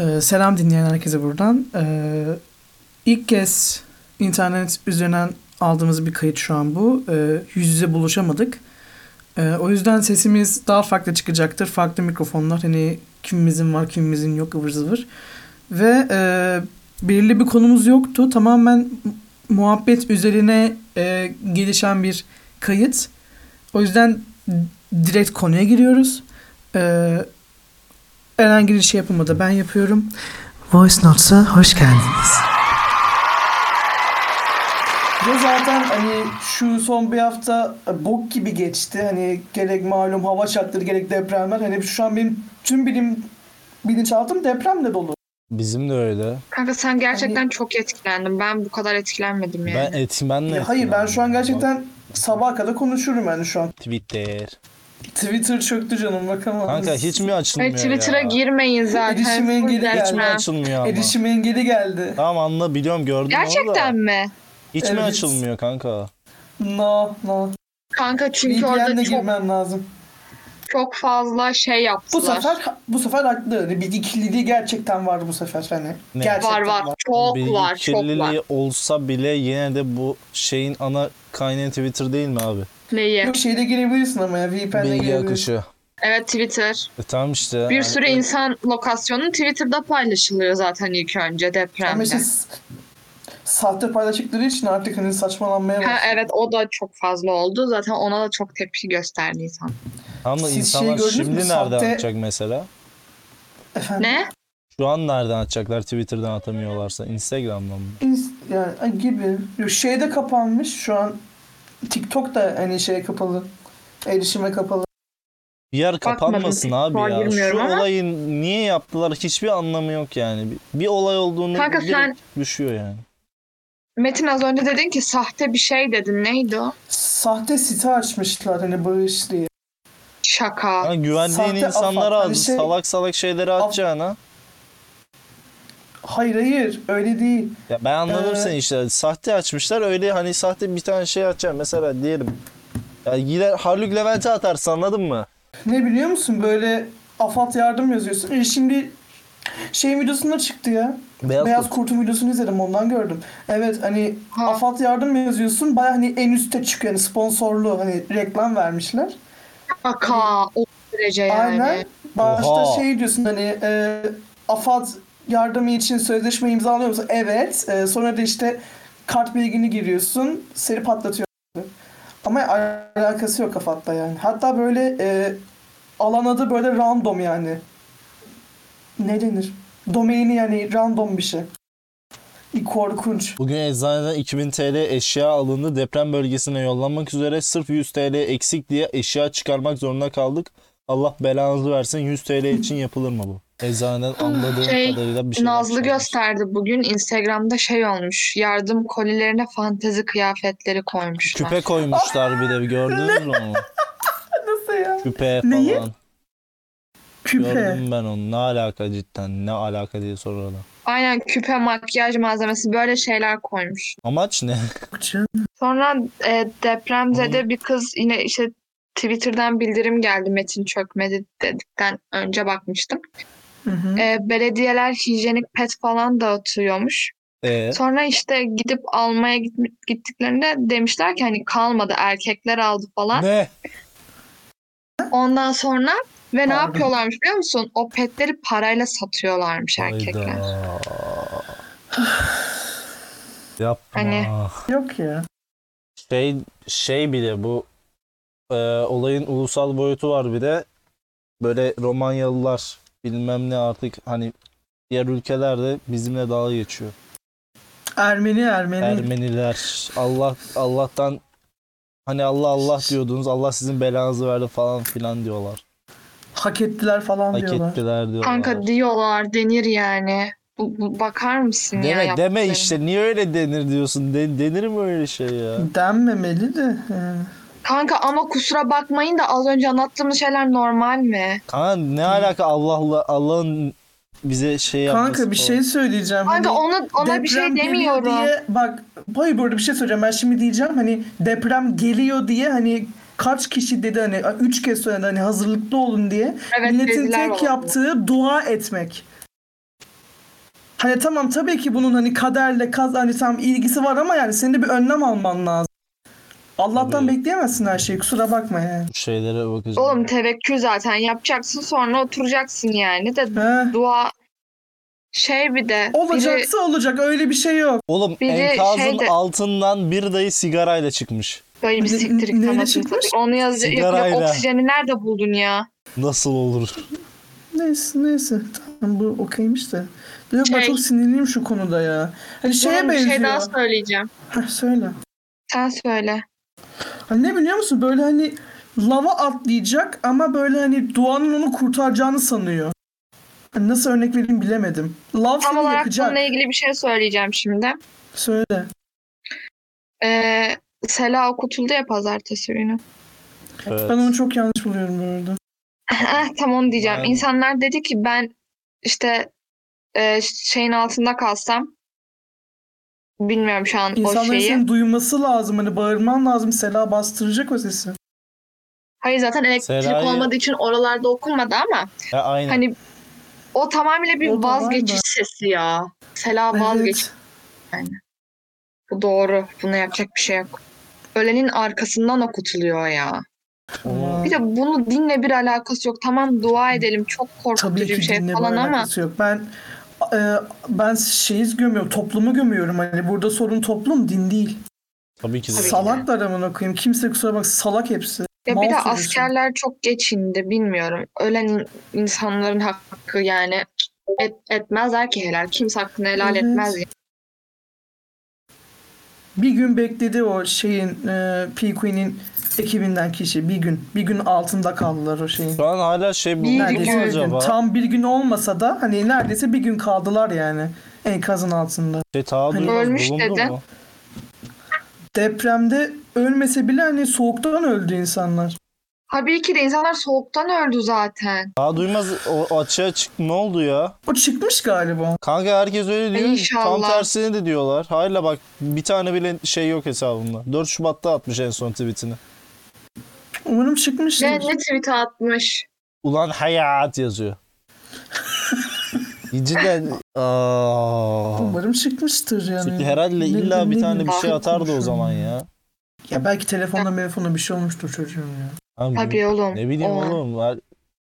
Ee, selam dinleyen herkese buradan. Ee, ilk kez internet üzerinden aldığımız bir kayıt şu an bu. Ee, yüz yüze buluşamadık. Ee, o yüzden sesimiz daha farklı çıkacaktır. Farklı mikrofonlar. Hani kimimizin var, kimimizin yok ıvır zıvır. Ve e, belirli bir konumuz yoktu. Tamamen mu- muhabbet üzerine e, gelişen bir kayıt. O yüzden direkt konuya giriyoruz. Ee, herhangi bir şey yapılmadı. Ben yapıyorum. Voice Notes'a hoş geldiniz. Ya zaten hani şu son bir hafta bok gibi geçti. Hani gerek malum hava şartları gerek depremler. Hani şu an benim tüm bilim bilinçaltım depremle dolu. Bizim de öyle. Kanka sen gerçekten Hani- çok etkilendin. Ben bu kadar etkilenmedim yani. Ben etmenle. Ya hayır ben şu an gerçekten sabaha kadar konuşurum yani şu an. Twitter. Twitter çöktü canım bakamam. Kanka hiç mi açılmıyor Hayır, Twitter'a ya? girmeyin zaten. Erişim engeli Hiç Full mi gelmez. etme. açılmıyor ama? Erişim engeli geldi. Tamam anla biliyorum gördüm onu da. Gerçekten mi? Hiç mi Evet. açılmıyor kanka? No no. Kanka çünkü VPN'le orada çok, girmem lazım. çok fazla şey Bu yaptılar. sefer bu sefer haklı. Hani Bilgi kirliliği gerçekten var bu sefer hani. Ne? var var. Çok Bilgi var. Çok var. kirliliği olsa bile yine de bu şeyin ana kaynağı Twitter değil mi abi? Neyi? Yok şeyde girebilirsin ama ya VPN'le Bilgi girebilirsin. akışı. Evet Twitter. E tamam işte. Bir yani- sürü insan lokasyonu Twitter'da paylaşılıyor zaten ilk önce Ama depremde. işte s- sahte paylaştıkları için artık hani saçmalanmaya Ha, başladı. evet o da çok fazla oldu. Zaten ona da çok tepki gösterdi insan. Tamam da Siz insanlar şeyi gördünüz şimdi mü? nereden Sahte- atacak mesela? Ne? Şu an nereden atacaklar Twitter'dan atamıyorlarsa? Instagram'dan mı? İns- Yani ay, gibi. Yok, Şeyde kapanmış şu an. TikTok da hani şeye kapalı. Erişime kapalı. Bir yer Bakmadım, kapanmasın abi Discord ya. Şu girmiyorum ama. olayı niye yaptılar hiçbir anlamı yok yani. Bir, bir olay olduğunu Kanka direkt sen- düşüyor yani. Metin az önce dedin ki sahte bir şey dedin. Neydi o? Sahte site açmışlar hani barış diye. Şaka. Hani güvendiğin Sahte afak, insanlara az hani şey- salak salak şeyleri Af- atacağına. Hayır hayır öyle değil. Ya ben anladım Ee, seni işte. Sahte açmışlar öyle hani sahte bir tane şey atacağım. Mesela diyelim. Ya gider Harluk Levent'e atarsın anladın mı? Ne biliyor musun böyle afat yardım yazıyorsun. E şimdi şey videosunda çıktı ya. Beyaz, Beyaz kurt. Kurt'un videosunu izledim ondan gördüm. Evet hani Ha. afat yardım yazıyorsun baya hani en üste çıkıyor hani sponsorlu hani reklam vermişler. Şaka. O derece yani. Aynen başta Oha. şey diyorsun hani e, afat yardımı için sözleşme imzalıyor musun? Evet E, sonra da işte kart bilgini giriyorsun seni patlatıyor. Ama al- alakası yok afatla yani. Hatta böyle e, alan adı böyle random yani. Ne denir? Domaini yani random bir şey. Korkunç. Bugün eczaneden 2000 TL eşya alındı. Deprem bölgesine yollanmak üzere sırf 100 TL eksik diye eşya çıkarmak zorunda kaldık. Allah belanızı versin 100 TL için yapılır mı bu? Eczaneden anladığım Şey, kadarıyla bir şey Nazlı gösterdi bugün Instagram'da şey olmuş. Yardım kolilerine fantezi kıyafetleri koymuşlar. Küpe koymuşlar bir de gördünüz mü onu? Nasıl ya? Küpe falan. Neyi? Küpe. Gördüm ben onu. Ne alaka cidden? Ne alaka diye soruyorlar. Aynen küpe, makyaj malzemesi böyle şeyler koymuş. Amaç ne? Sonra e, depremzede bir kız yine işte Twitter'dan bildirim geldi Metin çökmedi dedikten önce bakmıştım. Hı hı. E, belediyeler hijyenik pet falan dağıtıyormuş. Ee, Sonra işte gidip almaya gitmi- gittiklerinde demişler ki hani kalmadı erkekler aldı falan. ne? Ondan sonra ve ne Pardon. yapıyorlarmış biliyor musun? O petleri parayla satıyorlarmış erkekler. Hayda. Yapma. Hani- Yok ya. Şey şey bile bu e, olayın ulusal boyutu var bir de böyle Romanyalılar bilmem ne artık hani diğer ülkelerde bizimle dalga geçiyor. Ermeni Ermeni. Ermeniler Allah Allah'tan hani Allah Allah diyordunuz Allah sizin belanızı verdi falan filan diyorlar. Hak ettiler falan Hak diyorlar. ettiler diyorlar. Kanka diyorlar denir yani. Bu, bu- bakar mısın ya? Deme, deme yaptıklarına? işte şey. niye öyle denir diyorsun. De- denir mi öyle şey ya? Denmemeli de. he. Kanka ama kusura bakmayın da az önce anlattığımız şeyler normal mi? Kanka ne alaka Allah'la Allah'ın bize şey yapması Kanka bir falan. şey söyleyeceğim. Kanka Hani ona ona bir şey deprem geliyor demiyorum. Diye, bak hayır burada bir şey söyleyeceğim. Ben şimdi diyeceğim hani deprem geliyor diye hani kaç kişi dedi hani üç kez söyledi hani hazırlıklı olun diye. Evet, Milletin dediler tek vallahi. yaptığı dua etmek. Hani tamam tabii ki bunun hani kaderle kaz hani tam ilgisi var ama yani senin de bir önlem alman lazım. Allah'tan Tabii. bekleyemezsin her şeyi. Kusura bakma yani. Şeylere bakacağım. Oğlum tevekkül zaten yapacaksın sonra oturacaksın yani de He. dua şey bir de biri- Olacaksa olacak. Öyle bir şey yok. Oğlum Biri enkazın şeyde- altından bir dayı sigarayla çıkmış. Böyle bir Ne- neyle siktir git anasını çıkmış? satayım. Onu yazacak. Ya, Sigarayla. oksijeni nerede buldun ya? Nasıl olur? Neyse neyse. Tamam bu okeymiş de. Yok ben Şey- çok sinirliyim şu konuda ya. Hani şeye Oğlum, benziyor. Bir şey daha söyleyeceğim. Heh, söyle. Sen söyle. Hani ne biliyor musun? Böyle hani lava atlayacak ama böyle hani duanın onu kurtaracağını sanıyor. Hani nasıl örnek vereyim bilemedim. Lav Tam seni olarak yakacak. bununla ilgili bir şey söyleyeceğim şimdi. Söyle. Ee, Sela okutuldu ya pazartesi günü. Evet. Ben onu çok yanlış buluyorum bu arada. Eh, Tam onu diyeceğim. Ben- İnsanlar dedi ki ben işte e, şeyin altında kalsam bilmiyorum şu an o İnsanların şeyi. senin duyması lazım. Hani bağırman lazım. Sela bastıracak o sesi. Hayır zaten elektrik Sera'yı- olmadığı için oralarda okunmadı ama Ha, aynen. hani o tamamıyla bir O da var vazgeçiş da. sesi ya. Sela vazgeç. Evet. Bu doğru. Buna yapacak bir şey yok. Ölenin arkasından okutuluyor ya. Onu- Bir de bunu dinle bir alakası yok. Tamam dua edelim. Çok Tabii korkutucu ki bir şey dinle falan bu ama alakası yok. Ben e, ben şeyi gömüyorum. Toplumu gömüyorum. Hani burada sorun toplum din değil. Tabii ki de. Tabii. Salaklar amına koyayım. Kimse kusura bak salak hepsi. ya bir Mal de sürüsü. askerler çok geç indi bilmiyorum. Ölen in- insanların hakkı yani et, etmezler ki helal. Kimse hakkını helal Evet. etmez. ya. Bir gün bekledi o şeyin e, P. Queen'in ekibinden kişi. Bir gün. Bir gün altında kaldılar o şeyin. Şu an hala şey Bir bulundu mu gün. acaba? Tam bir gün olmasa da hani neredeyse bir gün kaldılar yani enkazın altında. Şey, Taha Hani- Duymaz Ölmüş bulundu dedi. mu? Depremde ölmese bile hani soğuktan öldü insanlar. Tabii ki de insanlar soğuktan öldü zaten. Taha Duymaz o, o açığa çık ne oldu ya? O çıkmış galiba. Kanka herkes öyle diyor. Tam İnşallah. tersini de diyorlar. Hayla bak bir tane bile şey yok hesabında. 4 Şubat'ta atmış en son tweetini. Umarım çıkmıştır. Ne, ne tweet atmış. Ulan hayat yazıyor. Cidden aa. Umarım çıkmıştır yani. Çünkü herhalde Ne- illa ne bir tane bir bileyim. şey atardı o zaman ya. Ya belki telefonda telefonda bir şey olmuştur çocuğum ya. Abi, Tabii oğlum. Ne bileyim o an. oğlum. ha-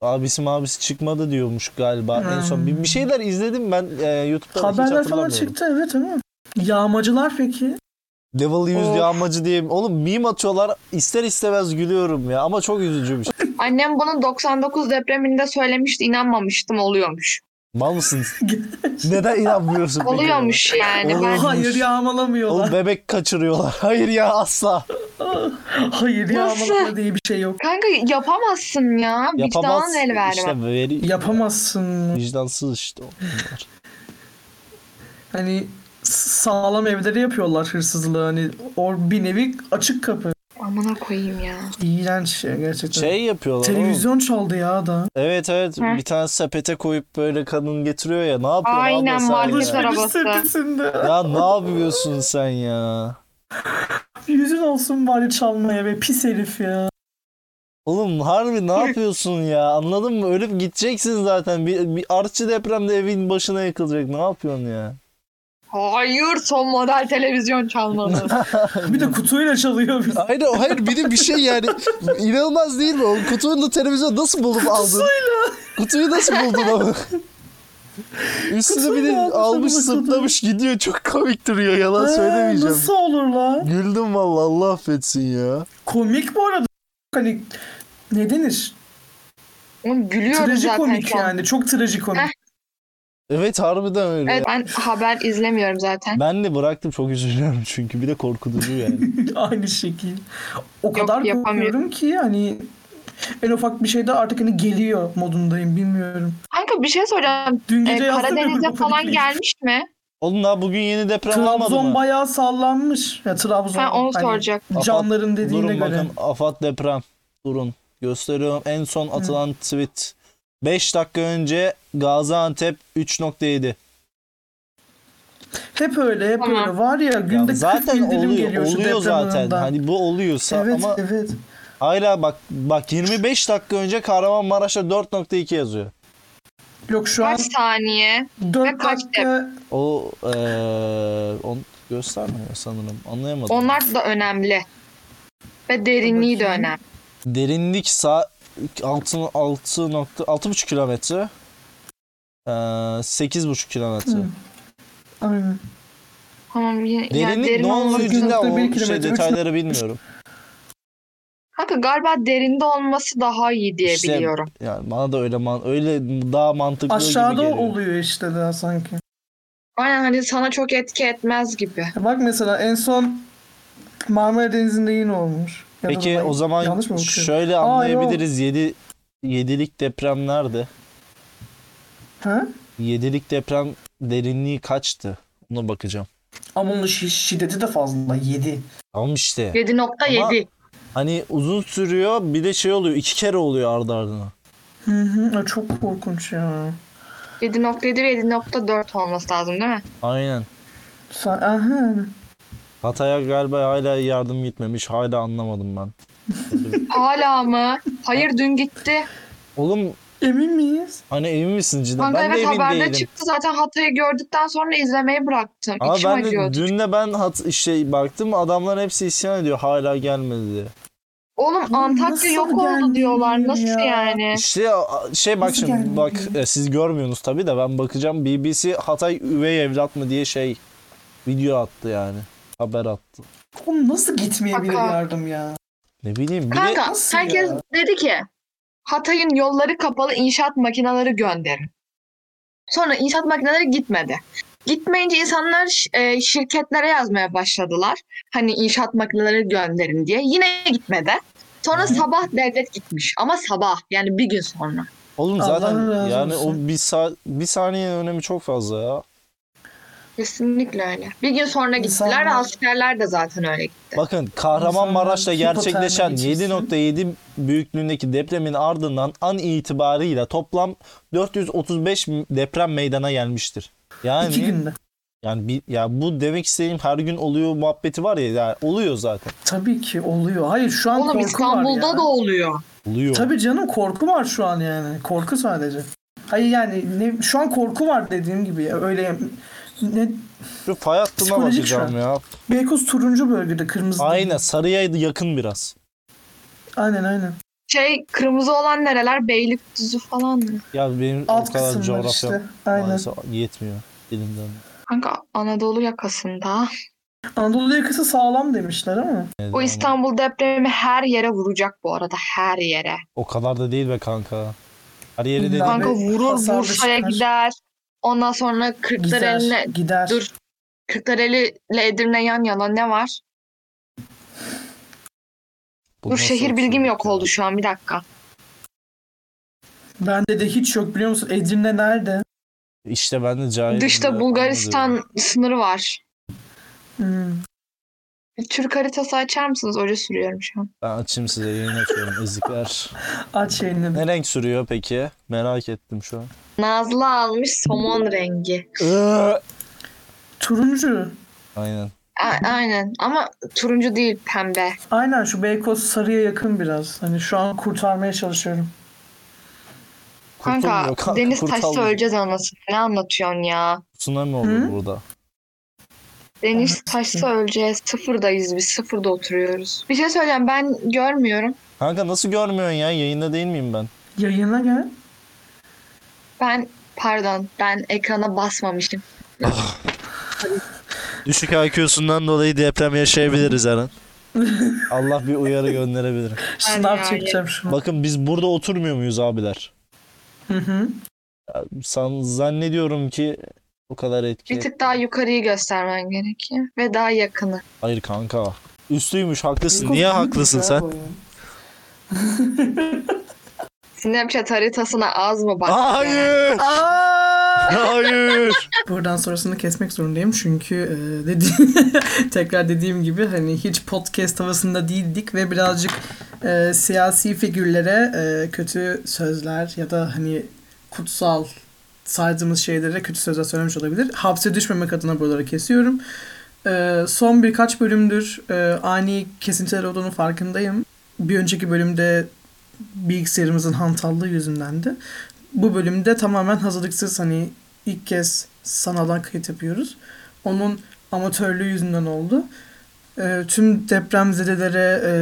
Abisi mabisi çıkmadı diyormuş galiba en son. Hmm. Bir, bir şeyler izledim ben e, YouTube'da da hiç Haberler falan hatırlamıyorum. çıktı evet ama. Yağmacılar peki? Level 100 Of. yağmacı diye. Oğlum meme atıyorlar ister istemez gülüyorum ya ama çok üzücü bir şey. Annem bunu 99 depreminde söylemişti. inanmamıştım oluyormuş. Mal mısın? Neden inanmıyorsun? peki? Oluyormuş yani. Ben Oluyormuş. Hayır Oğlum yağmalamıyorlar. bebek kaçırıyorlar. Hayır ya asla. Hayır Nasıl? yağmalama diye bir şey yok. Kanka yapamazsın ya. Vicdanın Yapamaz. el vermez. İşte veri... Yapamazsın. Vicdansız işte. onlar. Hani s- sağlam evlere yapıyorlar hırsızlığı. Hani o bir nevi açık kapı. Amına koyayım ya. İğrenç ya gerçekten. şey yapıyorlar. oğlum. Televizyon çaldı ya da. Evet evet. Heh. Bir tane sepete koyup böyle kadın getiriyor ya. Ne yapıyorsun Aynen, abla sen market ya? arabası. sitesinde. Ya ne yapıyorsun sen ya? Yüzün olsun bari çalmaya be pis herif ya. Oğlum harbi ne yapıyorsun ya? Anladın mı? Ölüp gideceksin zaten. Bir, bir artçı depremde evin başına yakılacak. Ne yapıyorsun ya? Hayır son model televizyon çalmalı. Bir de kutuyla çalıyor bir de. Aynen hayır bir de bir şey yani inanılmaz değil mi? O kutunun da televizyonu nasıl bulup aldın? Kutuyu nasıl buldun ama? Üstüne bir de Kutuyu almış, almış almış kutuyu. sırtlamış gidiyor çok komik duruyor yalan Ee, söylemeyeceğim. Nasıl olur lan? Güldüm valla Allah affetsin ya. Komik bu arada. Hani ne denir? Oğlum gülüyoruz zaten Trajikomik şu an. yani. Çok trajikomik. Heh. Evet harbiden öyle. Evet ben haber izlemiyorum zaten. Ben de bıraktım çok üzülüyorum çünkü bir de korkutucu yani. Aynı şekil. O kadar yapamıyorum. korkuyorum ki hani en ufak bir şeyde artık hani geliyor modundayım bilmiyorum. Kanka bir şey soracağım. Dün Ee, gece yazdım ya, Karadeniz'e bu falan panikle. gelmiş mi? Oğlum daha bugün yeni deprem olmadı Trabzon mı? bayağı sallanmış. Ya Trabzon. Ha, onu hani soracak. Canların dediğine Durun göre. bakın Afat deprem. Durun. Gösteriyorum en son atılan tweet. 5 dakika önce Gaziantep 3.7. Hep öyle hep Tamam. öyle. Var ya Ya günde 40 zaten bildirim oluyor, geliyor şu oluyor deprem zaten. anından. Hani bu oluyorsa evet ama evet. hala bak bak 25 dakika önce Kahramanmaraş'ta 4.2 yazıyor. Yok şu an Kaç saniye? 4 ve kaç dakika O eee on göstermiyor sanırım. Anlayamadım. Onlar da önemli. Ve derinliği de Bakayım. önemli. Derinlik sa 6 6 nokta 6,5 kilometre. Eee 8,5 kilometre. Hı. Aynen. Tamam yine, yani Derinlik derin ne olması- olduğu için de Dokuz o kilometre, şey üç detayları bilmiyorum. Kanka galiba derinde olması daha iyi diye İşte- biliyorum. Yani bana da öyle man öyle daha mantıklı gibi Aşağıda geliyor. oluyor işte daha sanki. Aynen hani sana çok etki etmez gibi. Ya Bak mesela en son Marmara Denizi'nde yine olmuş. Ya da Peki ben- o zaman yanlış mı okuyorum? şöyle Aa, anlayabiliriz 7 7'lik deprem nerede? Ha? 7'lik deprem derinliği kaçtı? Ona bakacağım. Ama onun şi- şiddeti de fazla 7. Tamam işte. 7.7. Hani uzun sürüyor bir de şey oluyor iki kere oluyor ardı ardına. Hı hı. ya Çok korkunç ya. 7.7 ve 7.4 olması lazım değil mi? Aynen. Sa Aha. Hatay'a galiba hala yardım gitmemiş. Hala anlamadım ben. Hala mı? Hayır dün gitti. Oğlum Emin miyiz? hani emin misin cidden? Kanka ben de evet emin haberde değilim. çıktı zaten Hatay'ı gördükten sonra izlemeyi bıraktım. Ama İçim ben de acıyordu. dün de ben hat şey baktım adamlar hepsi isyan ediyor hala gelmedi diye. Oğlum nasıl Antakya yok gelmiyor oldu diyorlar. Nasıl ya? yani? İşte a- şey bak Nasıl şimdi gelmedi? bak e, siz görmüyorsunuz tabii de ben bakacağım BBC Hatay üvey evlat mı diye şey video attı yani. Haber attı. Oğlum nasıl gitmeyebilir Kanka. yardım ya? Ne bileyim bir de Kanka nasıl herkes ya? dedi ki Hatay'ın yolları kapalı inşaat makineleri gönderin. Sonra inşaat makineleri gitmedi. Gitmeyince insanlar ş- e, şirketlere yazmaya başladılar. Hani inşaat makineleri gönderin diye. Yine gitmedi. Sonra sabah devlet gitmiş ama sabah yani bir gün sonra. oğlum Allah zaten razı yani olsun. o bir saat bir saniyenin önemi çok fazla ya. Kesinlikle öyle. Bir gün sonra gittiler ve İnsanlar- askerler de zaten öyle gitti. Bakın Kahramanmaraş'ta İnsanlar gerçekleşen hipotermi geçirsin. 7.7 büyüklüğündeki depremin ardından an itibarıyla toplam 435 deprem meydana gelmiştir. Yani 2 günde. yani bir, ya bu demek istediğim her gün oluyor muhabbeti var ya, ya oluyor zaten. Tabii ki oluyor. Hayır şu an Oğlum korku var İstanbul'da ya. da oluyor. Oluyor. Tabii canım korku var şu an yani. Korku sadece. Hayır yani ne, şu an korku var dediğim gibi ya. Öyle ne, Şu fay hattına Psikolojik şu bakacağım ya. Beykoz turuncu bölgede kırmızı. Aynen Sarıya yakın biraz. Aynen aynen. Şey kırmızı olan nereler? Beylikdüzü falan mı? Ya benim Alt o kadar kısımlar coğrafya işte. Aynen. maalesef yetmiyor dilimden. Kanka Anadolu yakasında. Anadolu yakası sağlam demişler ama. Neyse O ama İstanbul depremi her yere vuracak bu arada her yere. O kadar da değil be kanka. Her yeri de Abi, Kanka vurur hasarlı Bursa'ya çıkar. gider. Ondan sonra Kırklareli'ne Gider. Gider. dur. Kırklareli ile Edirne yan yana ne var? Bu dur nasıl şehir bilgim şey okuduk yok ya? oldu şu an bir dakika. Bende de hiç yok biliyor musun? Edirne nerede? İşte ben de cahilim. Dışta de Bulgaristan anlamıyorum. sınırı var. Hmm. Türk haritası açar mısınız? Hoca sürüyorum şu an. Ben açayım size yayın açıyorum ezikler. Aç elini. ne renk sürüyor peki? Merak ettim şu an. Nazlı almış somon rengi. Iıı. Turuncu. Aynen. A- aynen ama turuncu değil pembe. Aynen şu Beykoz sarıya yakın biraz. Hani şu an kurtarmaya çalışıyorum. Kanka, Kurtulmuyor kanka, deniz taşsa kurtarmıyor. öleceğiz anasını. Ne anlatıyorsun ya? Tsunami olur Hı? burada. Deniz taşsa öleceğiz. Sıfırdayız biz. Sıfırda oturuyoruz. Bir şey söyleyeceğim. Ben görmüyorum. Kanka nasıl görmüyorsun ya? Yayında değil miyim ben? Yayına gel. Ben pardon. Ben ekrana basmamışım. Düşük IQ'sundan dolayı deprem yaşayabiliriz Eren. Allah bir uyarı gönderebilir. Sınav ya, çekeceğim şunu. Bakın biz burada oturmuyor muyuz abiler? Hı hı. San, zannediyorum ki o kadar etki. Bir tık daha yukarıyı göstermen gerekiyor. Ve daha yakını. Hayır kanka. Üstüymüş haklısın. Beykoz Niye büyük haklısın ya sen? bu. Snapchat haritasına az mı bak? Hayır. Aa! Hayır. Buradan sonrasını kesmek zorundayım çünkü e, dedi tekrar dediğim gibi hani hiç podcast havasında değildik ve birazcık e, siyasi figürlere e, kötü sözler ya da hani kutsal saydığımız şeylere kötü sözler söylemiş olabilir. Hapse düşmemek adına buraları kesiyorum. E, son birkaç bölümdür e, ani kesintiler olduğunu farkındayım. Bir önceki bölümde bilgisayarımızın hantallığı yüzündendi. bu bölümde tamamen hazırlıksız hani ilk kez sanaldan kayıt yapıyoruz. Onun amatörlüğü yüzünden oldu. Ee, tüm depremzedelere, e,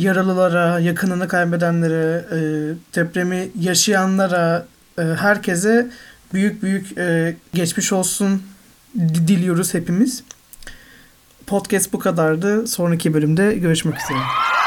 yaralılara, yakınını kaybedenlere, e, depremi yaşayanlara, e, herkese büyük büyük e, geçmiş olsun di- diliyoruz hepimiz. Podcast bu kadardı. Sonraki bölümde görüşmek üzere.